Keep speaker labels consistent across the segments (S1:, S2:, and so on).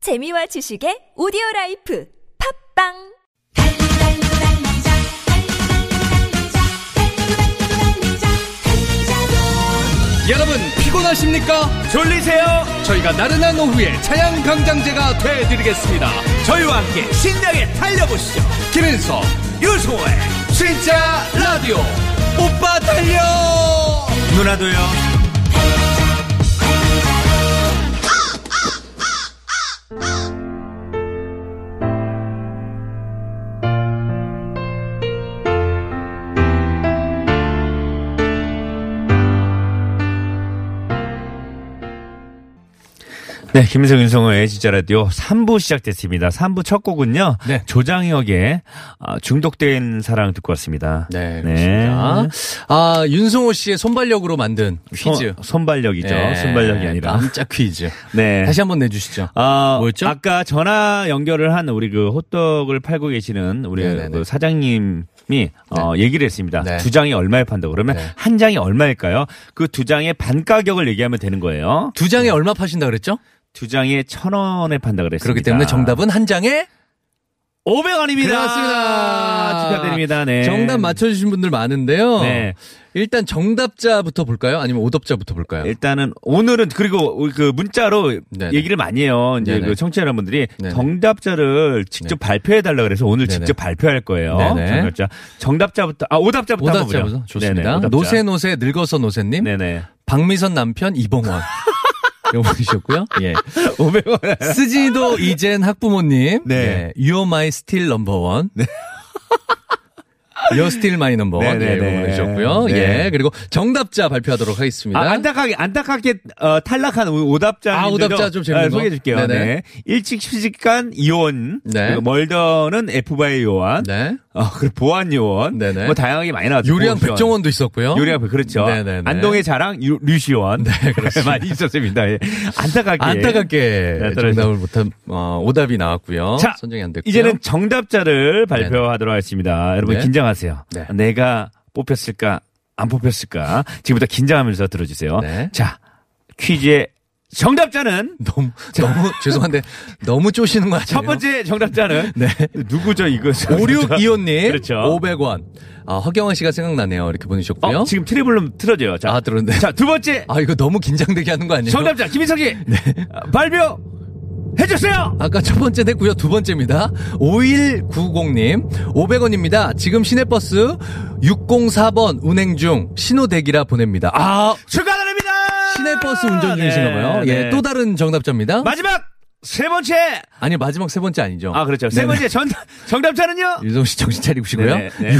S1: 재미와 지식의 오디오 라이프 팝빵
S2: 여러분 피곤하십니까?
S3: 졸리세요?
S2: 저희가 나른한 오후에 차양 강장제가 되어드리겠습니다.
S3: 저희와 함께 신나게 달려보시죠.
S2: 김인석
S3: 유소의
S2: 진짜 라디오 오빠 달려.
S3: 누나도요.
S4: 네, 김인석 윤성호의 진짜 라디오 3부 시작됐습니다. 3부 첫 곡은요.
S2: 네.
S4: 조장혁의 아, 중독된 사랑 듣고 왔습니다.
S2: 네, 그렇습니다. 아 윤승호 씨의 손발력으로 만든 퀴즈.
S4: 손- 손발력이죠.
S2: 네,
S4: 손발력이 아니라.
S2: 깜짝 퀴즈.
S4: 네.
S2: 다시 한번 내주시죠.
S4: 아,
S2: 뭐였죠?
S4: 아까 전화 연결을 한 우리 그 호떡을 팔고 계시는 우리
S2: 네네네.
S4: 그 사장님이 어, 얘기를 했습니다.
S2: 네.
S4: 두 장이 얼마에 판다 그러면
S2: 네.
S4: 한 장이 얼마일까요? 그 두 장의 반가격을 얘기하면 되는 거예요.
S2: 두 장에 얼마 파신다 그랬죠?
S4: 두 장에 천 원에 판다 그랬습니다.
S2: 그렇기 때문에 정답은 한 장에
S4: 500원입니다.
S2: 그렇습니다.
S4: 축하드립니다. 네.
S2: 정답 맞춰주신 분들 많은데요.
S4: 네.
S2: 일단 정답자부터 볼까요? 아니면 오답자부터 볼까요?
S4: 일단은 오늘은 그리고 우리 그 문자로
S2: 네네.
S4: 얘기를 많이 해요. 이제
S2: 네네.
S4: 그 청취자 여러분들이
S2: 네네. 네.
S4: 정답자를 직접 발표해 달라 그래서 오늘
S2: 네네.
S4: 직접 발표할 거예요.
S2: 네네.
S4: 정답자. 정답자부터 아 오답자부터 한번 보죠.
S2: 오답자부터 좋습니다.
S4: 네네, 오답자.
S2: 노세 노세 늙어서 노세님.
S4: 네네.
S2: 박미선 남편 이봉원. 이거 보셨고요. 예.
S4: 500원. 아,
S2: 스지도 이젠 학부모님.
S4: 네.
S2: 네. You're my still number one. 네. You're still my number one.
S4: 네,
S2: 네,
S4: 네, 네.
S2: 이거 보내주셨고요.
S4: 네.
S2: 예. 그리고 정답자 발표하도록 하겠습니다.
S4: 아, 안타깝게 안타깝게 어, 탈락한 오답자
S2: 아, 오답자 좀 재밌는 거?
S4: 소개해 줄게요.
S2: 네네.
S4: 네. 일찍 휴직한 이혼
S2: 네.
S4: 그리고 멀더는 에프바이 요원
S2: 네.
S4: 어, 그리고 보안 요원
S2: 네네.
S4: 뭐 다양하게 많이 나왔죠.
S2: 요리왕
S4: 보안 요원.
S2: 백종원도 있었고요.
S4: 요리 앞에 그렇죠.
S2: 어? 네네네.
S4: 안동의 자랑 유- 류시원. 네, 그렇습니다. 많이 있었습니다. 예. 안타깝게.
S2: 안타깝게
S4: 네, 떨어지-
S2: 정답을 못한 어, 오답이 나왔고요.
S4: 자,
S2: 선정이 안 됐고요.
S4: 이제는 정답자를 발표하도록 하겠습니다. 여러분
S2: 네.
S4: 긴장하세요.
S2: 네.
S4: 내가 뽑혔을까 안 뽑혔을까 지금부터 긴장하면서 들어주세요.
S2: 네.
S4: 자 퀴즈의 정답자는
S2: 너무 너무 죄송한데 너무 쪼시는 거 아니에요?
S4: 첫 번째 정답자는 누구죠 이거?
S2: 네. 오륙 이온님
S4: 그렇죠.
S2: 500원. 아, 허경원 씨가 생각나네요. 이렇게 보내셨고요.
S4: 어, 지금 트리블룸 틀어줘요. 자,
S2: 아, 들었네.
S4: 자두 번째
S2: 아 이거 너무 긴장되게 하는 거 아니에요? 네.
S4: 정답자 김인석이 발표 해주세요.
S2: 아까 첫 번째 냈고요. 두 번째입니다. 5190님 500원입니다. 지금 시내버스 604번 운행 중 신호 대기라 보냅니다. 아
S4: 축하드립니다.
S2: 시내버스 운전 중이신가 봐요.
S4: 네,
S2: 예,
S4: 네.
S2: 또 다른 정답자입니다.
S4: 마지막 세 번째
S2: 아니 마지막 세 번째 아니죠?
S4: 아 그렇죠 세
S2: 네네.
S4: 번째 전, 정답자는요
S2: 유성 씨 정신 차리고시고요.
S4: 네네, 네.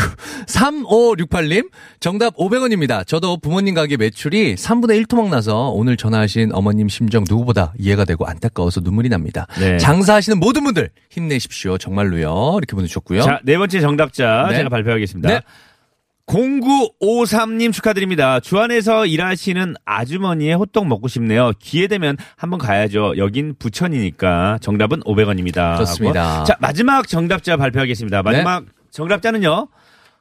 S2: 3568님 정답 500원입니다. 저도 부모님 가게 매출이 3분의 1토막 나서 오늘 전화하신 어머님 심정 누구보다 이해가 되고 안타까워서 눈물이 납니다.
S4: 네.
S2: 장사하시는 모든 분들 힘내십시오. 정말로요. 이렇게 보내주셨고요.
S4: 자네 번째 정답자
S2: 예. 네.
S4: 제가 발표하겠습니다
S2: 네.
S4: 0953님 축하드립니다. 주안에서 일하시는 아주머니의 호떡 먹고 싶네요. 기회 되면 한번 가야죠. 여긴 부천이니까 정답은 500원입니다.
S2: 좋습니다. 네.
S4: 자, 마지막 정답자 발표하겠습니다. 마지막 정답자는요.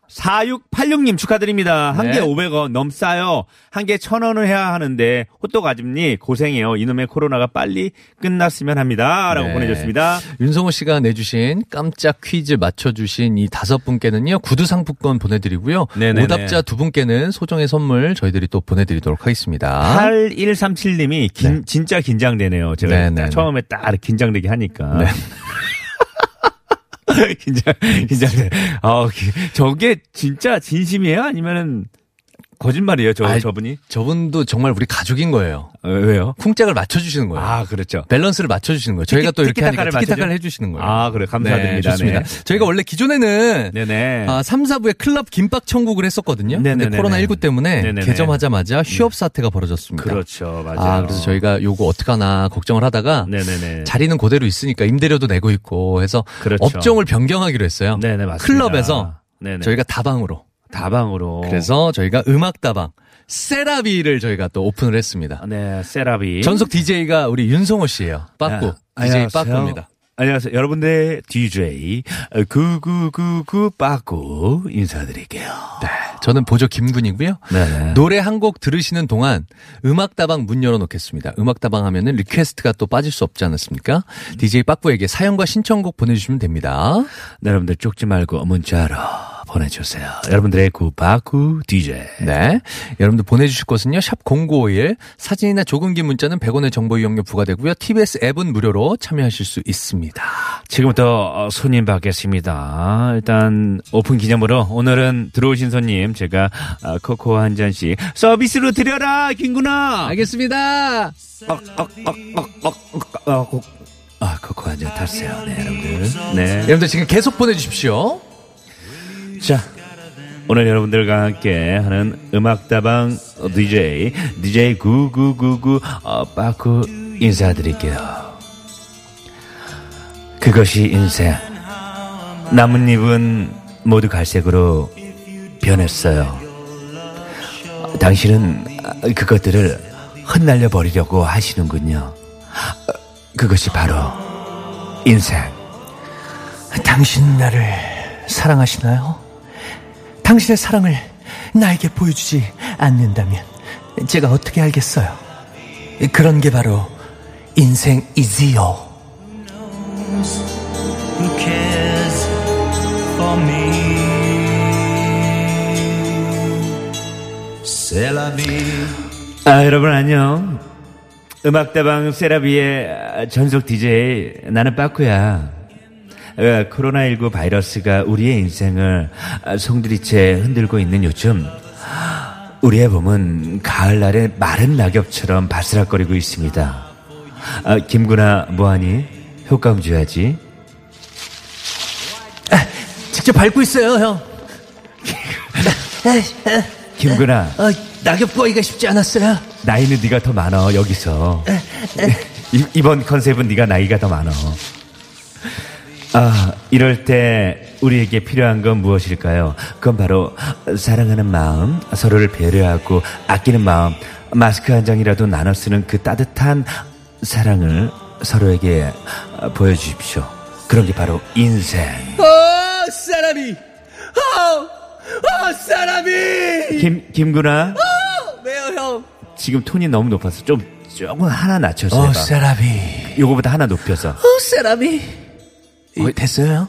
S4: 4686님 축하드립니다. 한 개
S2: 네.
S4: 500원 넘 싸요. 한 개 1000원을 해야 하는데 호떡 아줌니 고생해요. 이놈의 코로나가 빨리 끝났으면 합니다. 라고
S2: 네.
S4: 보내줬습니다.
S2: 윤성호 씨가 내주신 깜짝 퀴즈 맞춰주신 이 다섯 분께는요 구두 상품권 보내드리고요
S4: 네네네.
S2: 오답자 두 분께는 소정의 선물 저희들이 또 보내드리도록 하겠습니다.
S4: 8137님이 아? 긴, 진짜 긴장되네요. 제가
S2: 네, 네,
S4: 처음에 딱 긴장되게 하니까. 긴장, 긴장돼. 아, 기- 저게 진짜 진심이에요? 아니면은 거짓말이에요? 저,
S2: 아이,
S4: 저분이?
S2: 저분도 정말 우리 가족인 거예요.
S4: 어, 왜요?
S2: 쿵짝을 맞춰주시는 거예요.
S4: 아, 그렇죠.
S2: 밸런스를 맞춰주시는 거예요. 저희가
S4: 티키-
S2: 또 이렇게 하니까
S4: 티키타카를
S2: 티키타카를
S4: 맞춰줘?
S2: 해주시는 거예요.
S4: 아, 그래. 감사드립니다.
S2: 네, 좋습니다.
S4: 네.
S2: 저희가 원래 기존에는
S4: 네네.
S2: 아, 3, 4부에 클럽 김밥 천국을 했었거든요. 근데
S4: 네네네네.
S2: 코로나19 때문에
S4: 네네네.
S2: 개점하자마자 휴업 사태가 벌어졌습니다.
S4: 그렇죠. 맞아요.
S2: 아, 그래서 저희가 요거 어떡하나 걱정을 하다가
S4: 네네네.
S2: 자리는 그대로 있으니까 임대료도 내고 있고 해서
S4: 그렇죠.
S2: 업종을 변경하기로 했어요.
S4: 네네, 맞습니다.
S2: 클럽에서
S4: 네네. 어.
S2: 저희가 다방으로
S4: 다방으로.
S2: 그래서 저희가 음악 다방 세라비를 저희가 또 오픈을 했습니다.
S4: 아, 네, 세라비.
S2: 전속 DJ가 우리 윤성호 씨예요. 빠꾸
S4: 아,
S2: DJ
S4: 안녕하세요.
S2: 빠꾸입니다.
S4: 안녕하세요. 여러분들 DJ 9999 빠꾸 인사드릴게요. 네.
S5: 저는 보조 김군이고요.
S4: 네네.
S5: 노래 한 곡 들으시는 동안 음악다방 문 열어놓겠습니다. 음악다방 하면은 리퀘스트가 또 빠질 수 없지 않았습니까? DJ 빠꾸에게 사연과 신청곡 보내주시면 됩니다.
S4: 네, 여러분들 쪽지 말고 문자로 보내주세요. 여러분들의 구바구 DJ.
S5: 네. 여러분들 보내주실 것은요, 샵0951. 사진이나 조금 긴 문자는 100원의 정보 이용료 부과되고요. TBS 앱은 무료로 참여하실 수 있습니다.
S4: 지금부터 어, 손님 받겠습니다. 일단 오픈 기념으로 오늘은 들어오신 손님 제가 아, 코코 한 잔씩 서비스로 드려라 김구나.
S5: 알겠습니다.
S4: 아, 코- 아, 코코 한 잔 탔어요. 네, 여러분들. 네.
S5: 여러분들 지금 계속 보내주십시오.
S4: 자, 오늘 여러분들과 함께 하는 음악다방 DJ, DJ 9999 어, 빠꾸 인사드릴게요. 그것이 인생. 나뭇잎은 모두 갈색으로 변했어요. 어, 당신은 그것들을 흩날려 버리려고 하시는군요. 어, 그것이 바로 인생.
S2: 당신 나를 사랑하시나요? 당신의 사랑을 나에게 보여주지 않는다면 제가 어떻게 알겠어요? 그런 게 바로 인생이지요.
S6: who cares for me. C'est la vie.
S4: 아, 여러분 안녕. 음악다방 세라비의 전속 DJ 나는 빠꾸야. 어, 코로나19 바이러스가 우리의 인생을 아, 송두리째 흔들고 있는 요즘 우리의 봄은 가을날의 마른 낙엽처럼 바스락거리고 있습니다. 아, 김구나 뭐하니? 효과음 줘야지.
S2: 직접 밟고 있어요, 형.
S4: 김구나
S2: 어, 낙엽 구하기가 쉽지 않았어요.
S4: 나이는 네가 더 많아 여기서 이- 이번 컨셉은 네가 나이가 더 많아 아 이럴 때 우리에게 필요한 건 무엇일까요? 그건 바로 사랑하는 마음 서로를 배려하고 아끼는 마음 마스크 한 장이라도 나눠 쓰는 그 따뜻한 사랑을 서로에게 보여주십시오 그런 게 바로 인생
S2: 어, 사람이! 어, 어, 사람이!
S4: 김, 김구나
S2: 왜요, 형?
S4: 지금 톤이 너무 높아서 좀 조금 하나 낮춰서
S2: 어,
S4: 해봐.
S2: 사람이.
S4: 요거보다 하나 높여서
S2: 어, 사람이. 이, 됐어요, 형?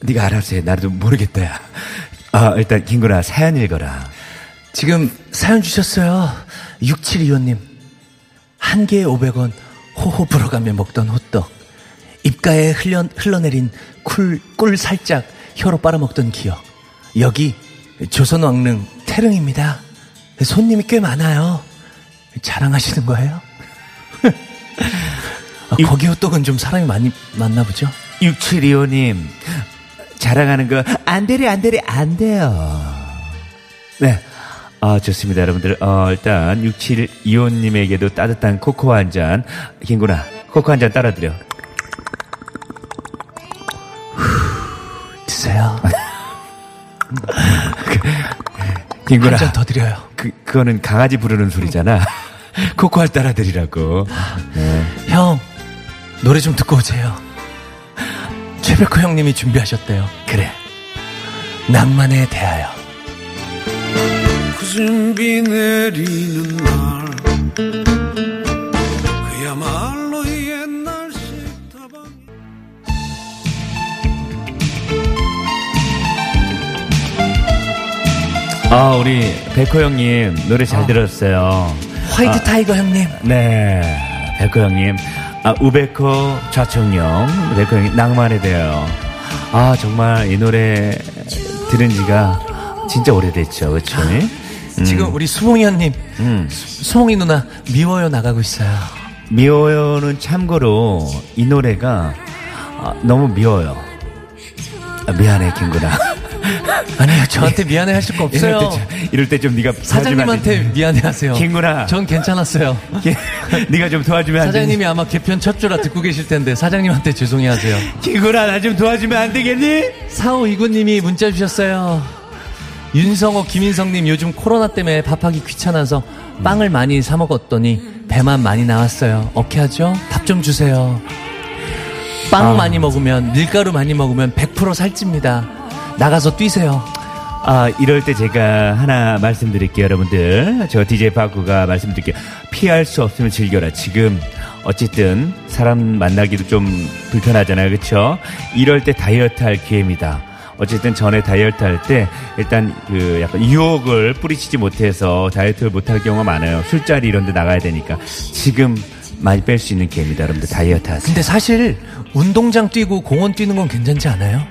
S4: 네가 알아서 해. 나도 모르겠다. 야. 아, 일단 김구나 사연 읽어라.
S2: 지금 사연 주셨어요. 6725님. 한 개에 500원 호호 불어가며 먹던 호떡. 입가에 흘려, 흘러내린 꿀, 꿀 살짝 혀로 빨아먹던 기억. 여기 조선왕릉 태릉입니다. 손님이 꽤 많아요. 자랑하시는 거예요? 아, 거기 호떡은 좀 사람이 많이 많나 보죠?
S4: 6725님, 자랑하는 거, 안 되래, 안 되래, 안 돼요. 네. 아, 좋습니다, 여러분들. 어, 일단, 6725님에게도 따뜻한 코코 한 잔. 김구나, 코코 한 잔 따라드려.
S2: 드세요.
S4: 김구나.
S2: 한 잔 더 드려요.
S4: 그, 그거는 강아지 부르는 소리잖아. 코코 할 따라드리라고.
S2: 형 노래 좀 듣고 오세요 최백호 형님이 준비하셨대요 그래 낭만에 대하여
S6: 굳은 비 내리는 날 그야말로 옛날 식다방
S4: 아, 우리 백호 형님, 노래
S2: 아.
S4: 잘 들었어요.
S2: 화이트 타이거 형님
S4: 네, 백호 형님. 아, 우백호 좌청령, 백호 형님, 낭만에 대하여. 아, 정말 이 노래 들은 지가 진짜 오래됐죠, 그쵸? 예? 음,
S2: 지금 우리 수봉이 형님 수- 수봉이 누나 미워요 나가고 있어요
S4: 미워요는 참고로 이 노래가 아, 너무 미워요. 아, 미안해, 김구나.
S2: 아니요 저한테 미안해 하실 거
S4: 이럴 때,
S2: 없어요
S4: 좀- 이럴 때 좀 네가 도와주면 안
S2: 네, 사장님한테 미안해 하세요
S4: 김구나.
S2: 전 괜찮았어요
S4: 되니? 네가 좀 도와주면 안 되니?
S2: 사장님이 아마 개편 첫 주라 듣고 계실 텐데 사장님한테 죄송해 하세요
S4: 김구나, 나 좀 도와주면 안 되겠니?
S2: 사오 이구님이 문자 주셨어요. 윤성호, 김인성님 요즘 코로나 때문에 밥하기 귀찮아서 빵을 많이 사 먹었더니 배만 많이 나왔어요. 어떻게 하죠? 답 좀 주세요.
S4: 아.
S2: 빵 많이 먹으면 밀가루 많이 먹으면 100% 살찝니다. 나가서 뛰세요.
S4: 아, 이럴 때 제가 하나 말씀드릴게요, 여러분들. 저 DJ 바구가 말씀드릴게요. 피할 수 없으면 즐겨라. 지금 어쨌든 사람 만나기도 좀 불편하잖아요. 그쵸? 이럴 때 다이어트 할 기회입니다. 어쨌든 전에 다이어트 할 때 일단 그 약간 유혹을 뿌리치지 못해서 다이어트를 못할 경우가 많아요. 술자리 이런 데 나가야 되니까. 지금 많이 뺄 수 있는 기회입니다. 여러분들 다이어트 하세요.
S2: 근데 사실 운동장 뛰고 공원 뛰는 건 괜찮지 않아요?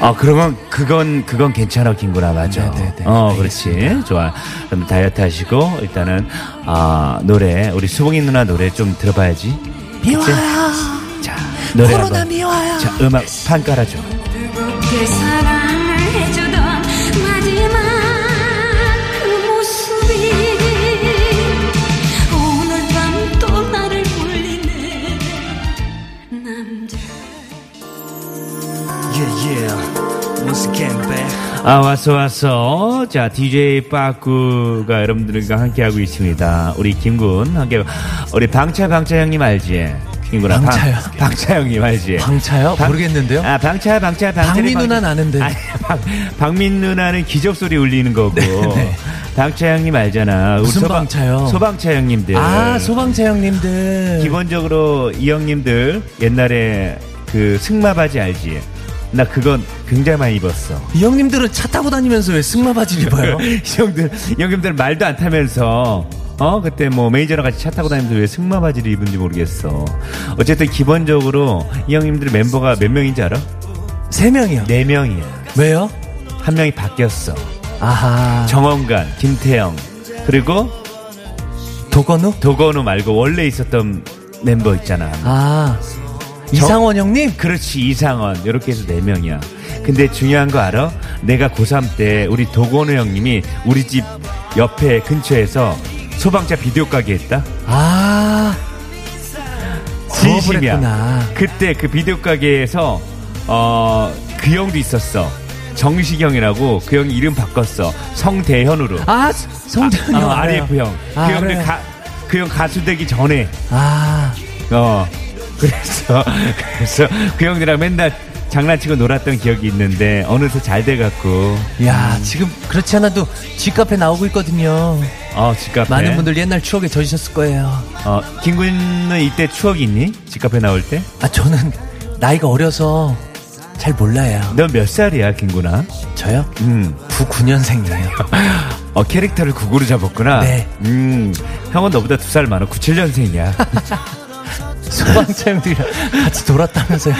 S4: 아 그러면 그건 그건 괜찮아 김구라 맞아.
S2: 네, 네, 네.
S4: 어 그렇지 좋아. 그럼 다이어트 하시고 일단은 아 노래 우리 수봉이 누나 노래 좀 들어봐야지. 미워요. 자 노래 코로나 한번. 미워요. 자 음악 판 깔아줘.
S7: 그렇게 사랑해주던 마지막 그 모습이 오늘 밤 또 나를 울리네 남자
S4: 아 왔어 왔어 자 DJ 빠꾸가 여러분들과 함께하고 있습니다 우리 김군 함께 우리 방차 방차 형님 알지 김군아 방-
S2: 방차요?
S4: 방차 형님 알지
S2: 방차요?
S4: 방-
S2: 모르겠는데요.
S4: 아 방차 방차 방차
S2: 박민 누나는 아는데.
S4: 아니, 방, 박민 누나는 기적 소리 울리는 거고 방차 형님 알잖아
S2: 네,
S4: 우리
S2: 무슨
S4: 소방-
S2: 방차요?
S4: 소방차 형님들
S2: 아, 소방차 형님들.
S4: 예. 기본적으로 이 형님들 옛날에 그 승마 바지 알지 나 그건 굉장히 많이 입었어
S2: 이 형님들은 차 타고 다니면서 왜 승마 바지를 입어요?
S4: 이 형들, 이 형님들 말도 안 타면서, 어? 그때 뭐 매니저랑 같이 차 타고 다니면서 왜 승마 바지를 입은지 모르겠어. 어쨌든 기본적으로 이 형님들 멤버가 몇 명인지 알아?
S2: 세 명이요.
S4: 네 명이야.
S2: 왜요?
S4: 한 명이 바뀌었어.
S2: 아하.
S4: 정원관, 김태형, 그리고
S2: 도건우?
S4: 도건우 말고 원래 있었던 멤버 있잖아.
S2: 아. 이상원 형님?
S4: 그렇지, 이상원. 이렇게 해서 네 명이야. 근데 중요한 거 알아? 내가 고3 때 우리 도건우 형님이 우리 집 옆에 근처에서 소방차 비디오 가게 했다?
S2: 아. 부업을 했구나.
S4: 진심이야. 그때 그 비디오 가게에서 어, 그 형도 있었어. 정식형이라고 그 형 이름 바꿨어. 성대현으로.
S2: 아, 성대현 형.
S4: 어,
S2: 알아요.
S4: RF 형. 그
S2: 아,
S4: 형들
S2: 알아요.
S4: 가, 그 형 가수 되기 전에.
S2: 아.
S4: 어. 그래서 그래서 그 형들이랑 맨날 장난치고 놀았던 기억이 있는데 어느새 잘 돼갖고
S2: 야, 지금 그렇지 않아도 집카페 나오고 있거든요.
S4: 어 집카페
S2: 많은 분들 옛날 추억에 젖으셨을 거예요.
S4: 어 김군은 이때 추억이 있니 집카페 나올
S2: 아, 저는 나이가 어려서 잘 몰라요.
S4: 때넌 몇 살이야 김군아
S2: 저요?
S4: 음
S2: 99년생이에요.
S4: 어, 캐릭터를 구구로 잡았구나.
S2: 네.
S4: 음, 형은 너보다 두 살 많아. 97년생이야.
S2: 소방차 형들이랑 같이 돌았다면서요.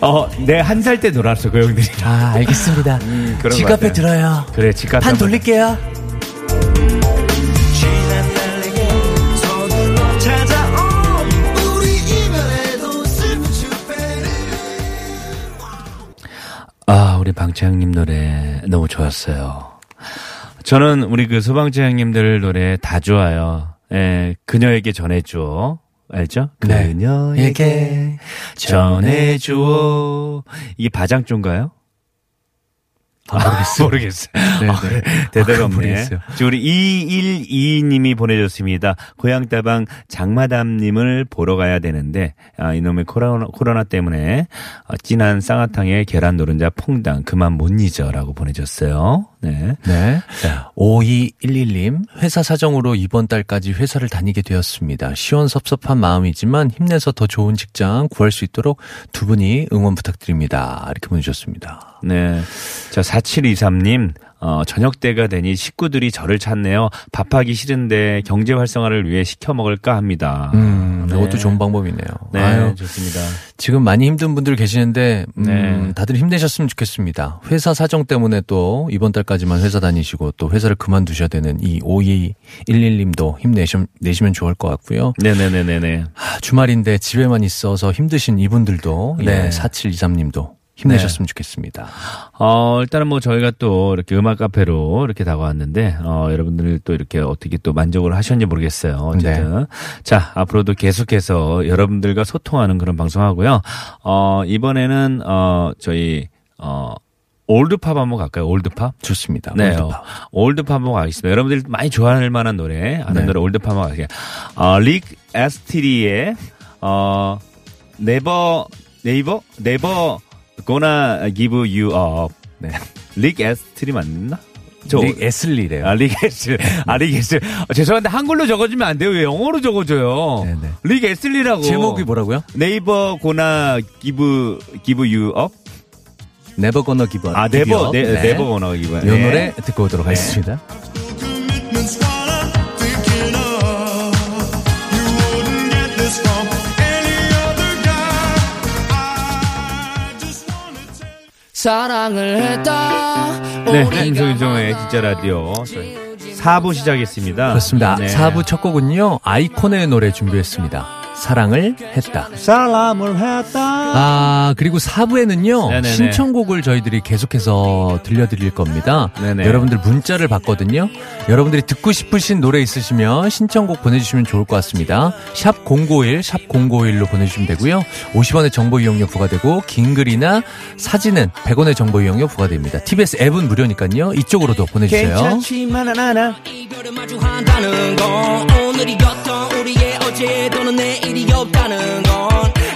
S4: 어, 내 한 살 때 놀았어, 그 형들이.
S2: 아, 알겠습니다.
S4: 음, 그런 거
S2: 집카페
S4: 같아요.
S2: 들어요.
S4: 그래, 집값.
S2: 판 돌릴게요.
S4: 아, 우리 방채 형님 노래 너무 좋았어요. 저는 우리 그 소방채 형님들 노래 다 좋아요. 예, 그녀에게 전해줘. 알죠?
S2: 네.
S4: 그녀에게 전해줘. 이게 바장조인가요? 모르겠어요. 모르겠어요. 아, 그래. 대답
S2: 아,
S4: 없네.
S2: 모르겠어요.
S4: 지금 우리 2122님이 보내줬습니다. 고향다방 장마담님을 보러 가야 되는데, 아, 이놈의 코로나, 코로나 때문에, 어, 진한 쌍화탕에 계란 노른자 퐁당 그만 못 잊어라고 보내줬어요. 네.
S2: 네. 5211님, 회사 사정으로 이번 달까지 회사를 다니게 되었습니다. 시원섭섭한 마음이지만 힘내서 더 좋은 직장 구할 수 있도록 두 분이 응원 부탁드립니다. 이렇게 보내주셨습니다.
S4: 네. 자, 4723님. 어, 저녁 때가 되니 식구들이 저를 찾네요. 밥하기 싫은데 경제 활성화를 위해 시켜 먹을까 합니다.
S2: 음,
S4: 네.
S2: 이것도 좋은 방법이네요.
S4: 네,
S2: 아유,
S4: 좋습니다.
S2: 지금 많이 힘든 분들 계시는데, 음,
S4: 네.
S2: 다들 힘내셨으면 좋겠습니다. 회사 사정 때문에 또 이번 달까지만 회사 다니시고 또 회사를 그만두셔야 되는 이 5211님도 힘내시면 내시면 좋을 것 같고요.
S4: 네네네네네.
S2: 아, 주말인데 집에만 있어서 힘드신 이분들도
S4: 네.
S2: 예, 4723님도 힘내셨으면 좋겠습니다.
S4: 어, 일단은 뭐 저희가 또 이렇게 음악 카페로 이렇게 다가왔는데, 어, 여러분들이 또 이렇게 어떻게 또 만족을 하셨는지 모르겠어요. 어쨌든. 자, 앞으로도 계속해서 여러분들과 소통하는 그런 방송하고요. 어, 이번에는, 어, 저희, 어, 올드팝 한번 갈까요? 올드팝?
S2: 좋습니다.
S4: 네,
S2: 올드팝.
S4: 올드팝 한번 가겠습니다. 여러분들이 많이 좋아할 만한 노래, 아는
S2: 네.
S4: 노래 올드팝 한번 가겠습니다. 어, 릭 에스티리의 어, 네버 네이버 네버 고나 기브 유 업.
S2: 네.
S4: 릭 에스트리 맞나? 저
S2: 닉 에슬리래요. 네.
S4: 아, 릭 에슬. 아, 릭 에슬. 아, 죄송한데 한글로 적어주면 안 돼요. 왜 영어로 적어줘요?
S2: 네, 네.
S4: 릭 에슬리라고.
S2: 제목이 뭐라고요?
S4: 네이버 고나 기브 기브 유 업?
S2: Never Gonna Give Up.
S4: 아,
S2: Give
S4: 네버
S2: Up.
S4: 네,
S2: 네. 아,
S4: 네버 고나 기브.
S2: 이 노래 듣고 오도록 하겠습니다.
S8: commitments that I'm thinking of. You wouldn't get this from any other guy. I just wanna tell you.
S9: 사랑을 했다.
S4: 네, 김성윤정의 진짜 라디오 4부 시작했습니다.
S2: 그렇습니다.
S4: 네.
S2: 사 4부 첫 곡은요. 아이콘의 노래 준비했습니다. 사랑을 했다.
S4: 사람을 했다.
S2: 아, 그리고 4부에는요,
S4: 네네네.
S2: 신청곡을 저희들이 계속해서 들려드릴 겁니다.
S4: 네네.
S2: 여러분들 문자를 받거든요. 여러분들이 듣고 싶으신 노래 있으시면 신청곡 보내주시면 좋을 것 같습니다. 샵 051, 샵 051로 보내주시면 되고요. 50원의 정보 이용료 부과되고, 긴 글이나 사진은 100원의 정보 이용료 부과됩니다. TBS 앱은 무료니까요. 이쪽으로도 보내주세요.
S4: 괜찮지만 않아.
S9: 이별을 마주한다는 건 오늘이 어떤 우리의 어제 또는 내일이 없다는 건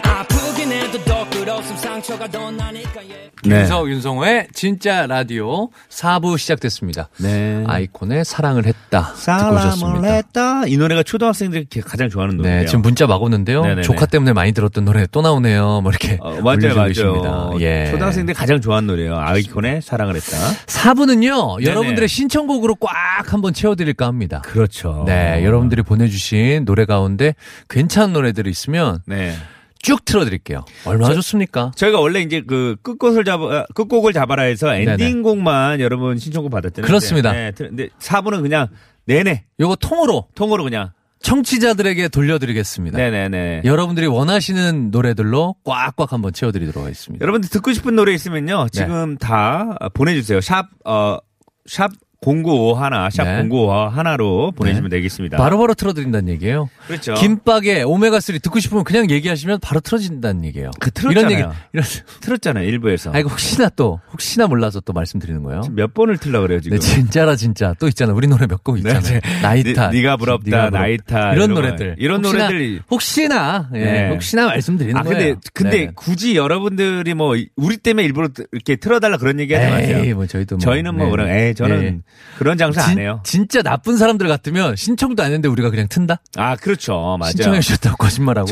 S9: 아프긴 해도 더 끝없음 상처가 더 나니까 예.
S4: 네.
S2: 윤서 윤성호의 진짜 라디오 4부 시작됐습니다.
S4: 네.
S2: 아이콘의 사랑을 했다. 듣고
S4: 사람을
S2: 오셨습니다.
S4: 했다. 이 노래가 초등학생들이 가장 좋아하는 노래예요.
S2: 네, 지금 문자 막 오는데요.
S4: 네네네.
S2: 조카 때문에 많이 들었던 노래 또 나오네요. 뭐 이렇게
S4: 어, 맞아요,
S2: 올려주고
S4: 맞아요.
S2: 계십니다. 예.
S4: 초등학생들이 가장 좋아하는 노래예요. 아이콘의 사랑을 했다.
S2: 4부는요, 여러분들의 신청곡으로 꽉 한번 채워드릴까 합니다.
S4: 그렇죠.
S2: 네, 여러분들이 보내주신 노래 가운데 괜찮은 노래들이 있으면
S4: 네.
S2: 쭉 틀어드릴게요. 얼마나 좋습니까?
S4: 저희가 원래 이제 그 끝곡을 잡아 끝곡을 잡아라 해서 엔딩곡만 여러분 신청곡 받았잖아요.
S2: 네, 그렇습니다.
S4: 네, 들- 근데 4부는 그냥 내내
S2: 요거 통으로
S4: 통으로 그냥
S2: 청취자들에게 돌려드리겠습니다.
S4: 네네네.
S2: 여러분들이 원하시는 노래들로 꽉꽉 한번 채워드리도록 하겠습니다.
S4: 여러분들 듣고 싶은 노래 있으면요.
S2: 네.
S4: 지금 다 보내주세요. 샵, 어, 샵 0951, 샵
S2: 네.
S4: 0951로 보내주시면 되겠습니다.
S2: 바로바로 틀어드린다는 얘기예요.
S4: 그렇죠.
S2: 김밥에 오메가3 듣고 싶으면 그냥 얘기하시면 바로 틀어진다는 얘기예요.
S4: 그
S2: 이런
S4: 틀었잖아요.
S2: 얘기, 이런.
S4: 틀었잖아요. 일부에서.
S2: 아, 이거 혹시나 또, 혹시나 몰라서 또 말씀드리는 거예요.
S4: 지금 몇 번을 틀라 그래요, 지금.
S2: 네, 진짜라, 진짜. 또 있잖아. 우리 노래 몇 곡 있잖아요. 나이타.
S4: 네, 네가 부럽다, 나이타,
S2: 이런
S4: 이런 거.
S2: 노래들.
S4: 이런
S2: 혹시나,
S4: 노래들이-
S2: 혹시나, 예,
S4: 네.
S2: 혹시나 말씀드리는
S4: 아, 근데,
S2: 거예요.
S4: 근데
S2: 네네.
S4: 굳이 여러분들이 뭐, 이- 우리 때문에 일부러 트- 이렇게 틀어달라 그런 얘기 하지
S2: 에이,
S4: 마세요.
S2: 뭐 저희도 뭐,
S4: 저희는 뭐,
S2: 네.
S4: 그런, 에이, 저는 그런 장사 안
S2: 진-
S4: 해요.
S2: 진짜 나쁜 사람들 같으면 신청도 안 했는데 우리가 그냥 튼다?
S4: 아, 그렇죠. 맞아요.
S2: 신청해 주셨다고 거짓말하고.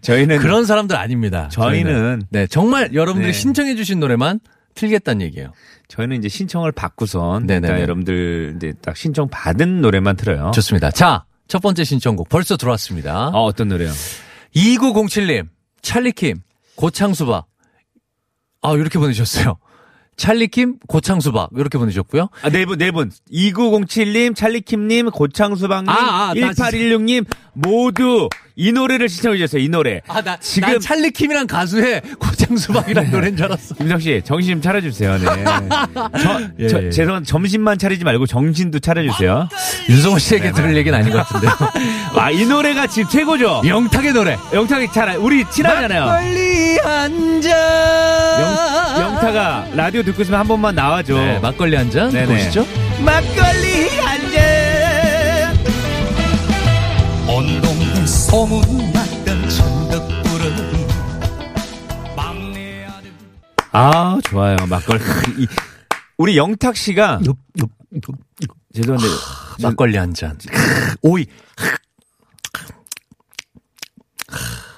S4: 저희는.
S2: 그런 사람들 아닙니다.
S4: 저희는-
S2: 네, 정말 여러분들이
S4: 네.
S2: 신청해 주신 노래만 틀겠다는 얘기예요.
S4: 저희는 이제 신청을 받고선
S2: 네네네.
S4: 일단 여러분들 이제 딱 신청 받은 노래만 틀어요.
S2: 좋습니다. 자, 첫 번째 신청곡 벌써 들어왔습니다.
S4: 아, 어떤 노래요?
S2: 2907님, 찰리킴, 고창수박. 아, 이렇게 보내셨어요. 찰리킴, 고창수박. 이렇게 보내셨고요.
S4: 아, 네 분, 네 분. 2907님, 찰리킴님, 고창수박님,
S2: 아, 아, 나
S4: 1816님, 모두 이 노래를 신청해주셨어요, 이 노래.
S2: 아, 나
S4: 지금-
S2: 지금 네. 찰리킴이랑 가수의 고창수박이란 노래인 줄 알았어.
S4: 김성씨, 정신 좀 차려주세요, 네. 저,
S2: 예,
S4: 저,
S2: 예.
S4: 죄송한, 점심만 차리지 말고 정신도 차려주세요.
S2: 윤성호 씨에게
S4: 네.
S2: 들을 얘기는 아닌 것 같은데요.
S4: 와, 이 노래가 지금 최고죠?
S2: 영탁의 노래.
S4: 영탁이 잘, 우리 친하잖아요.
S2: 빨리 앉아.
S4: 영, 영탁아, 라디오 듣고 있으면 한 번만 나와줘.
S2: 네, 막걸리 한 잔
S4: 어. 네네.
S2: 보시죠.
S4: 막걸리 한 잔.
S3: 언론에 소문났던 천덕부름 막내 아들
S4: 아 좋아요 막걸리 이- 우리 영탁 씨가 죄송한데
S2: 막걸리 한 잔. 오이,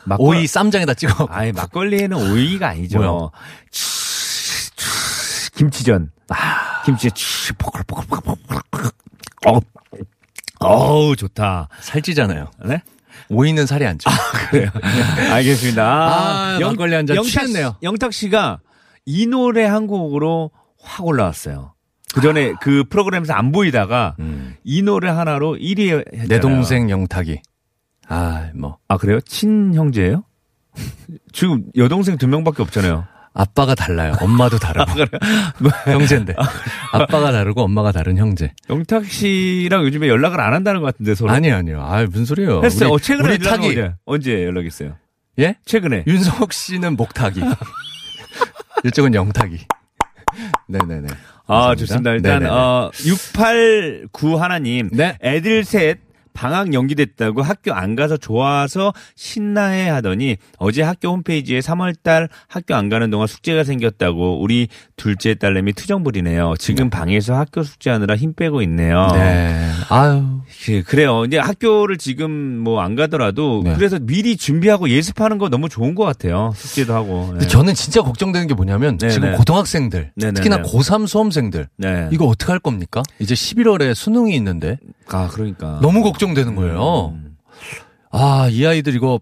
S4: 막걸-
S2: 오이 쌈장에다 찍어.
S4: 아니 막걸리에는 오이가 아니죠
S2: 뭐요?
S4: 치- 치- 김치전 김치 포글포글포글포글 어 어우 좋다
S2: 살찌잖아요.
S4: 네
S2: 오이는 살이 안 쪄.
S4: 그래요 알겠습니다
S2: 아, 막걸리 한잔
S4: 영탁, 씨-
S2: 취했네요.
S4: 영탁 씨가 이 노래 한 곡으로 확 올라왔어요 그 전에
S2: 아.
S4: 그 프로그램에서 안 보이다가 이 노래 하나로 1위 했잖아요
S2: 음. 내 동생 영탁이. 아, 뭐.
S4: 아 그래요? 친형제예요? 지금 여동생 두 명밖에 없잖아요.
S2: 아빠가 달라요. 엄마도 다르고. 형제인데. 아빠가 다르고 엄마가 다른 형제.
S4: 영탁 씨랑 요즘에 연락을 안 한다는 것 같은데 서로.
S2: 아니요, 아니요. 아, 무슨 소리예요.
S4: 했어요.
S2: 우리-
S4: 어, 최근에
S2: 우리
S4: 연락은
S2: 타기.
S4: 언제, 언제 연락했어요?
S2: 예?
S4: 최근에.
S2: 윤석 씨는 목타기. 이쪽은 영타기. 네네네.
S4: 아 좋습니다. 일단
S2: 네네네.
S4: 어, 689 하나님.
S2: 네.
S4: 애들 셋 방학 연기됐다고 학교 안 가서 좋아서 신나해 하더니 어제 학교 홈페이지에 3월달 학교 안 가는 동안 숙제가 생겼다고 우리 둘째 딸내미 투정 부리네요. 지금 방에서 학교 숙제하느라 힘 빼고 있네요.
S2: 네. 아유.
S4: 그- 그래요. 이제 학교를 지금 뭐 안 가더라도
S2: 네.
S4: 그래서 미리 준비하고 예습하는 거 너무 좋은 것 같아요. 숙제도 하고.
S2: 근데
S4: 네.
S2: 저는 진짜 걱정되는 게 뭐냐면
S4: 네,
S2: 지금
S4: 네.
S2: 고등학생들
S4: 네, 네,
S2: 특히나
S4: 네.
S2: 고3 수험생들
S4: 네.
S2: 이거 어떻게 할 겁니까? 이제 11월에 수능이 있는데
S4: 아 그러니까.
S2: 너무 걱정되는 거예요.
S4: 음.
S2: 아, 이 아이들 이거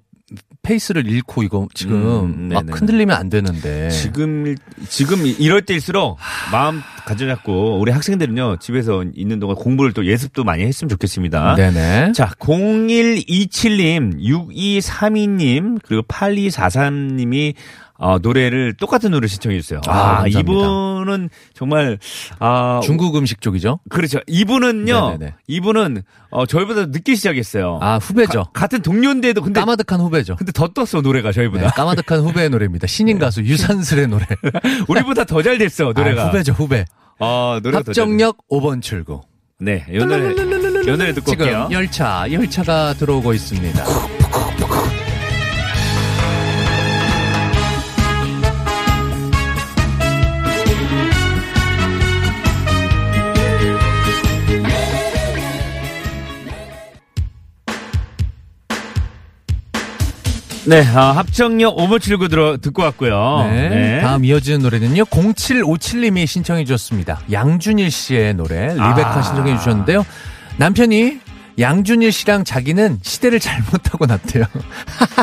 S2: 페이스를 잃고 이거 지금
S4: 음,
S2: 막
S4: 네네.
S2: 흔들리면 안 되는데.
S4: 지금 일- 지금 이- 이럴 때일수록 마음 가져잡고 우리 학생들은요 집에서 있는 동안 공부를 또 예습도 많이 했으면 좋겠습니다.
S2: 아? 네네.
S4: 자, 0127님, 6232님, 그리고 8243님이 어, 노래를 똑같은 노래 신청해 주세요.
S2: 아, 감사합니다.
S4: 이분은 정말 아
S2: 중국 음식 쪽이죠?
S4: 그렇죠. 이분은요.
S2: 네네네.
S4: 이분은 어, 저희보다 늦게 시작했어요.
S2: 아, 후배죠.
S4: 가- 같은 동료인데도 근데
S2: 까마득한 후배죠.
S4: 근데 더 떴어 노래가
S2: 네,
S4: 저희보다.
S2: 까마득한 후배의 노래입니다. 신인 가수 유산슬의 노래.
S4: 우리보다 더 잘 됐어 그 노래가.
S2: 네. 아, 후배죠, 후배.
S4: 어, 노래가 더 잘-
S2: 합정역 5번 출구.
S4: 네, 이 노래 이 노래 듣고
S2: 지금
S4: 올게요.
S2: 열차, 열차가 들어오고 있습니다.
S4: 네, 아, 합정역 5번79 들어 듣고 왔고요.
S2: 네. 다음 이어지는 노래는요. 0757님이 신청해 주셨습니다. 양준일 씨의 노래 리베카
S4: 아.
S2: 신청해 주셨는데요. 남편이 양준일 씨랑 자기는 시대를 잘못하고 났대요.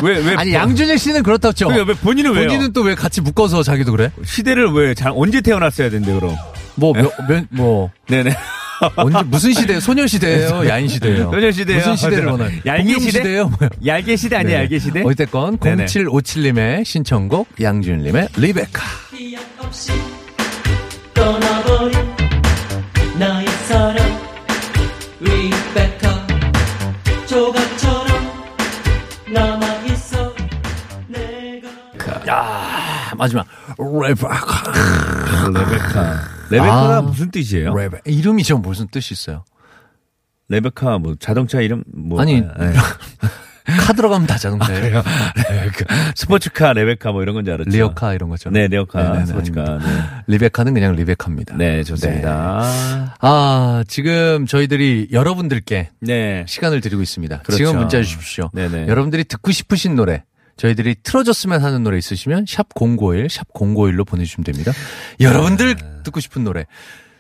S4: 왜, 왜
S2: 아니
S4: 본-
S2: 양준일 씨는 그렇다죠.
S4: 왜, 왜 본인은 왜요?
S2: 본인은 또 왜 같이 묶어서 자기도 그래?
S4: 시대를 왜 잘 언제 태어났어야 된대 그럼.
S2: 뭐몇뭐
S4: 네.
S2: 뭐,
S4: 네네.
S2: 언제 무슨 시대? 소녀 시대예요, 야인 시대예요.
S4: 소녀 시대예요?
S2: 무슨 시대를
S4: 맞아요.
S2: 원해?
S4: 얄개 시대?
S2: 시대예요, 뭐요?
S4: 얄개 시대 아니야
S2: 네.
S4: 얄개 시대?
S2: 어쨌건
S4: 네네.
S2: 0757님의 신청곡 양준일님의 리베카.
S9: 기약 없이 떠나버린 나의 사랑 리베카 조각처럼 남아있어 내가
S2: 아, 마지막 레베카.
S4: 레베카. 레베카가
S2: 아.
S4: 무슨 뜻이에요?
S2: 레베 이름이 저 무슨 뜻이 있어요?
S4: 레베카 뭐 자동차 이름 뭐
S2: 아니
S4: 네. 아,
S2: 카 들어가면 다 자동차예요.
S4: 레베카. 스포츠카 레베카 뭐 이런 건 줄 알았죠.
S2: 리어카 이런 거죠.
S4: 네, 리어카,
S2: 네네네,
S4: 스포츠카,
S2: 아닙니다. 리베카는 그냥 리베카입니다.
S4: 네 좋습니다.
S2: 아 지금 저희들이 여러분들께
S4: 네.
S2: 시간을 드리고 있습니다.
S4: 그렇죠.
S2: 지금 문자 주십시오.
S4: 네네.
S2: 여러분들이 듣고 싶으신 노래. 저희들이 틀어줬으면 하는 노래 있으시면 샵 051, 샵 051로 보내주시면 됩니다. 여러분들 듣고 싶은 노래.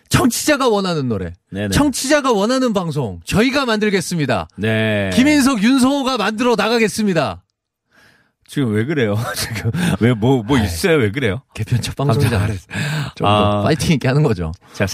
S2: 청취자가 원하는 노래.
S4: 네. 네네.
S2: 청취자가 원하는 방송. 저희가 만들겠습니다.
S4: 네.
S2: 김인석, 윤성호가 만들어 나가겠습니다.
S4: 지금 왜 그래요? 지금 왜 뭐 뭐 있어요? 왜 그래요?
S2: 개편 첫 방송이잖아요. 좀더
S4: 아.
S2: 파이팅 있게 하는 거죠.
S4: 자,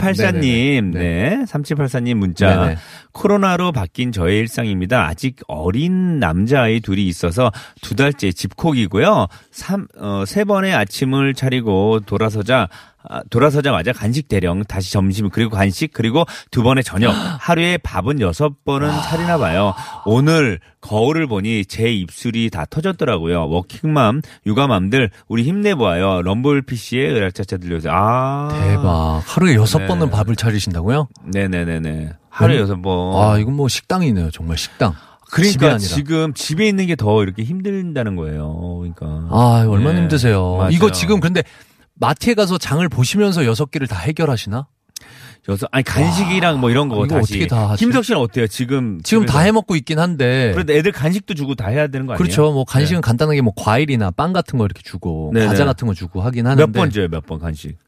S4: 3784님,
S2: 네네네.
S4: 네, 3784님 문자.
S2: 네네.
S4: 코로나로 바뀐 저의 일상입니다. 아직 어린 남자아이 둘이 있어서 두 달째 집콕이고요. 삼, 어, 세 번의 아침을 차리고 돌아서자, 아, 돌아서자마자 간식 대령, 다시 점심, 그리고 간식, 그리고 두 번의 저녁. 하루에 밥은 여섯 번은 차리나 봐요. 오늘 거울을 보니 제 입술이 다 터졌더라고요. 워킹맘, 육아맘들, 우리 힘내보아요. 럼블피쉬의 으라차차 들려주세요. 아.
S2: 대박. 하루에 여섯
S4: 네.
S2: 번은 밥을 차리신다고요?
S4: 네네네네. 하루에
S2: 음.
S4: 여섯 번.
S2: 아, 이건 뭐 식당이네요. 정말 식당. 집이
S4: 어. 그러니까
S2: 아니라.
S4: 지금 집에 있는 게 더 이렇게 힘들다는 거예요. 그러니까.
S2: 아, 얼마나
S4: 네,
S2: 힘드세요.
S4: 맞아요.
S2: 이거 지금 근데 마트에 가서 장을 보시면서 여섯 개를 다 해결하시나?
S4: 여섯 아니 간식이랑 뭐 이런 거
S2: 이거
S4: 다시.
S2: 어떻게 다 하지?
S4: 김석 씨는 어때요? 지금
S2: 지금
S4: 집에서?
S2: 다 해먹고 있긴 한데.
S4: 그래도 애들 간식도 주고 다 해야 되는 거 아니에요? 네.
S2: 그렇죠. 뭐 간식은 간단하게 뭐 과일이나 빵 같은 거 이렇게 주고
S4: 네네.
S2: 과자 같은 거 주고 하긴 하는데
S4: 몇 번째요? 몇 번 간식?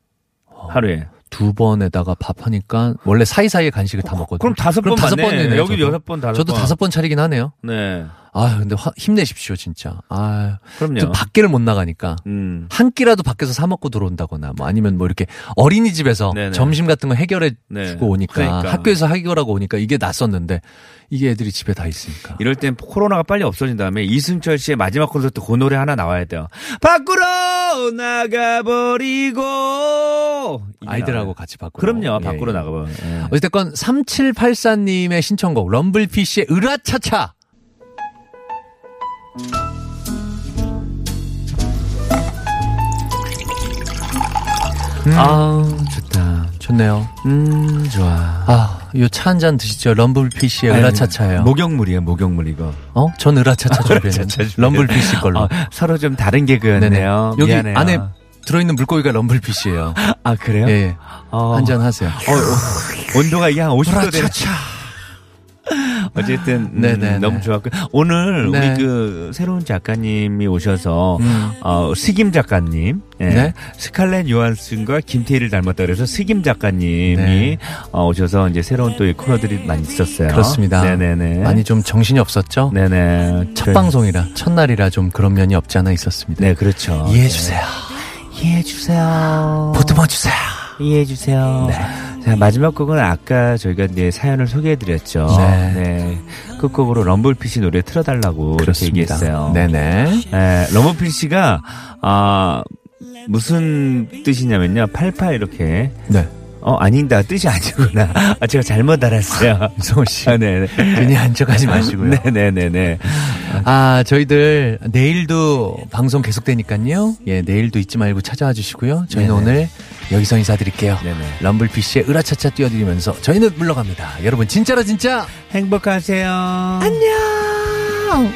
S4: 하루에.
S2: 두 번에다가 밥 하니까 원래 사이사이에 간식을 다 먹거든요.
S4: 어, 그럼 다섯 번
S2: 다섯
S4: 맞네.
S2: 번이네요.
S4: 여기
S2: 저도.
S4: 여섯 번, 다섯
S2: 저도
S4: 번.
S2: 다섯 번 차리긴 하네요.
S4: 네.
S2: 아 근데 화- 힘내십시오 진짜. 아
S4: 그럼요.
S2: 또 밖에를 못 나가니까
S4: 음.
S2: 한 끼라도 밖에서 사 먹고 들어온다거나 뭐 아니면 뭐 이렇게 어린이집에서
S4: 네네.
S2: 점심 같은 거 해결해
S4: 네.
S2: 주고 오니까
S4: 그러니까.
S2: 학교에서 해결하고 오니까 이게 낯섰는데 이게 애들이 집에 다 있으니까.
S4: 이럴 땐 코로나가 빨리 없어진 다음에 이승철 씨의 마지막 콘서트 그 노래 하나 나와야 돼요. 밖으로 나가버리고 이게
S2: 아이들하고
S4: 나와요.
S2: 같이 밖으로.
S4: 그럼요.
S2: 예,
S4: 밖으로
S2: 예.
S4: 나가봐. 예.
S2: 어쨌건 3784님의 신청곡 럼블피쉬의 으라차차 아 좋다 좋네요
S4: 음, 좋아.
S2: 아 요 차 한 잔 드시죠. 럼블피쉬의 으라차차예요.
S4: 목욕물이에요, 목욕물 이거.
S2: 어? 전 으라차차 준비했는데. 럼블피쉬 걸로.
S4: 어, 서로 좀 다른 개그였네요.
S2: 여기
S4: 미안해요.
S2: 안에 들어있는 물고기가 럼블피쉬예요.
S4: 아 그래요?
S2: 예.
S4: 어.
S2: 한 잔 하세요.
S4: 어, 어, 온도가 이게 한 50도 되는. 어쨌든 음,
S2: 네네네.
S4: 너무 좋았고 오늘
S2: 네.
S4: 우리 그 새로운 작가님이 오셔서 어, 스김 작가님, 예.
S2: 네.
S4: 스칼렛 요한슨과 김태희를 닮았다 그래서 스김 작가님이
S2: 네.
S4: 어, 오셔서 이제 새로운 또이 코너들이 많이 있었어요.
S2: 그렇습니다.
S4: 네네네.
S2: 많이 좀 정신이 없었죠?
S4: 네네.
S2: 첫 방송이라, 첫날이라 좀 그런 면이 없지 않아 있었습니다.
S4: 네 그렇죠. 네.
S2: 이해해주세요.
S4: 이해해 주세요.
S2: 보듬어주세요. 네.
S4: 이해해 주세요. 네. 자 마지막 곡은 아까 저희가 이제 사연을 소개해드렸죠.
S2: 네.
S4: 네. 끝곡으로 럼블피쉬 노래 틀어달라고 뭐 이렇게 얘기했어요.
S2: 네네.
S4: 에, 러머필 씨가 아 무슨 뜻이냐면요. 88 이렇게
S2: 네.
S4: 어 아닌다 뜻이 아니구나. 아 제가 잘못 알았어요.
S2: 윤성호 씨.
S4: 아, 네.
S2: 괜히 안쪽하지 마시고요.
S4: 네네네네.
S2: 아, 저희들 내일도 방송 계속되니까요. 예, 내일도 잊지 말고 찾아와 주시고요. 저희는
S4: 네네.
S2: 오늘 여기서 인사드릴게요.
S4: 네네.
S2: 럼블피쉬의 으라차차 띄워드리면서 저희는 물러갑니다. 여러분, 진짜로 진짜!
S4: 행복하세요.
S2: 안녕!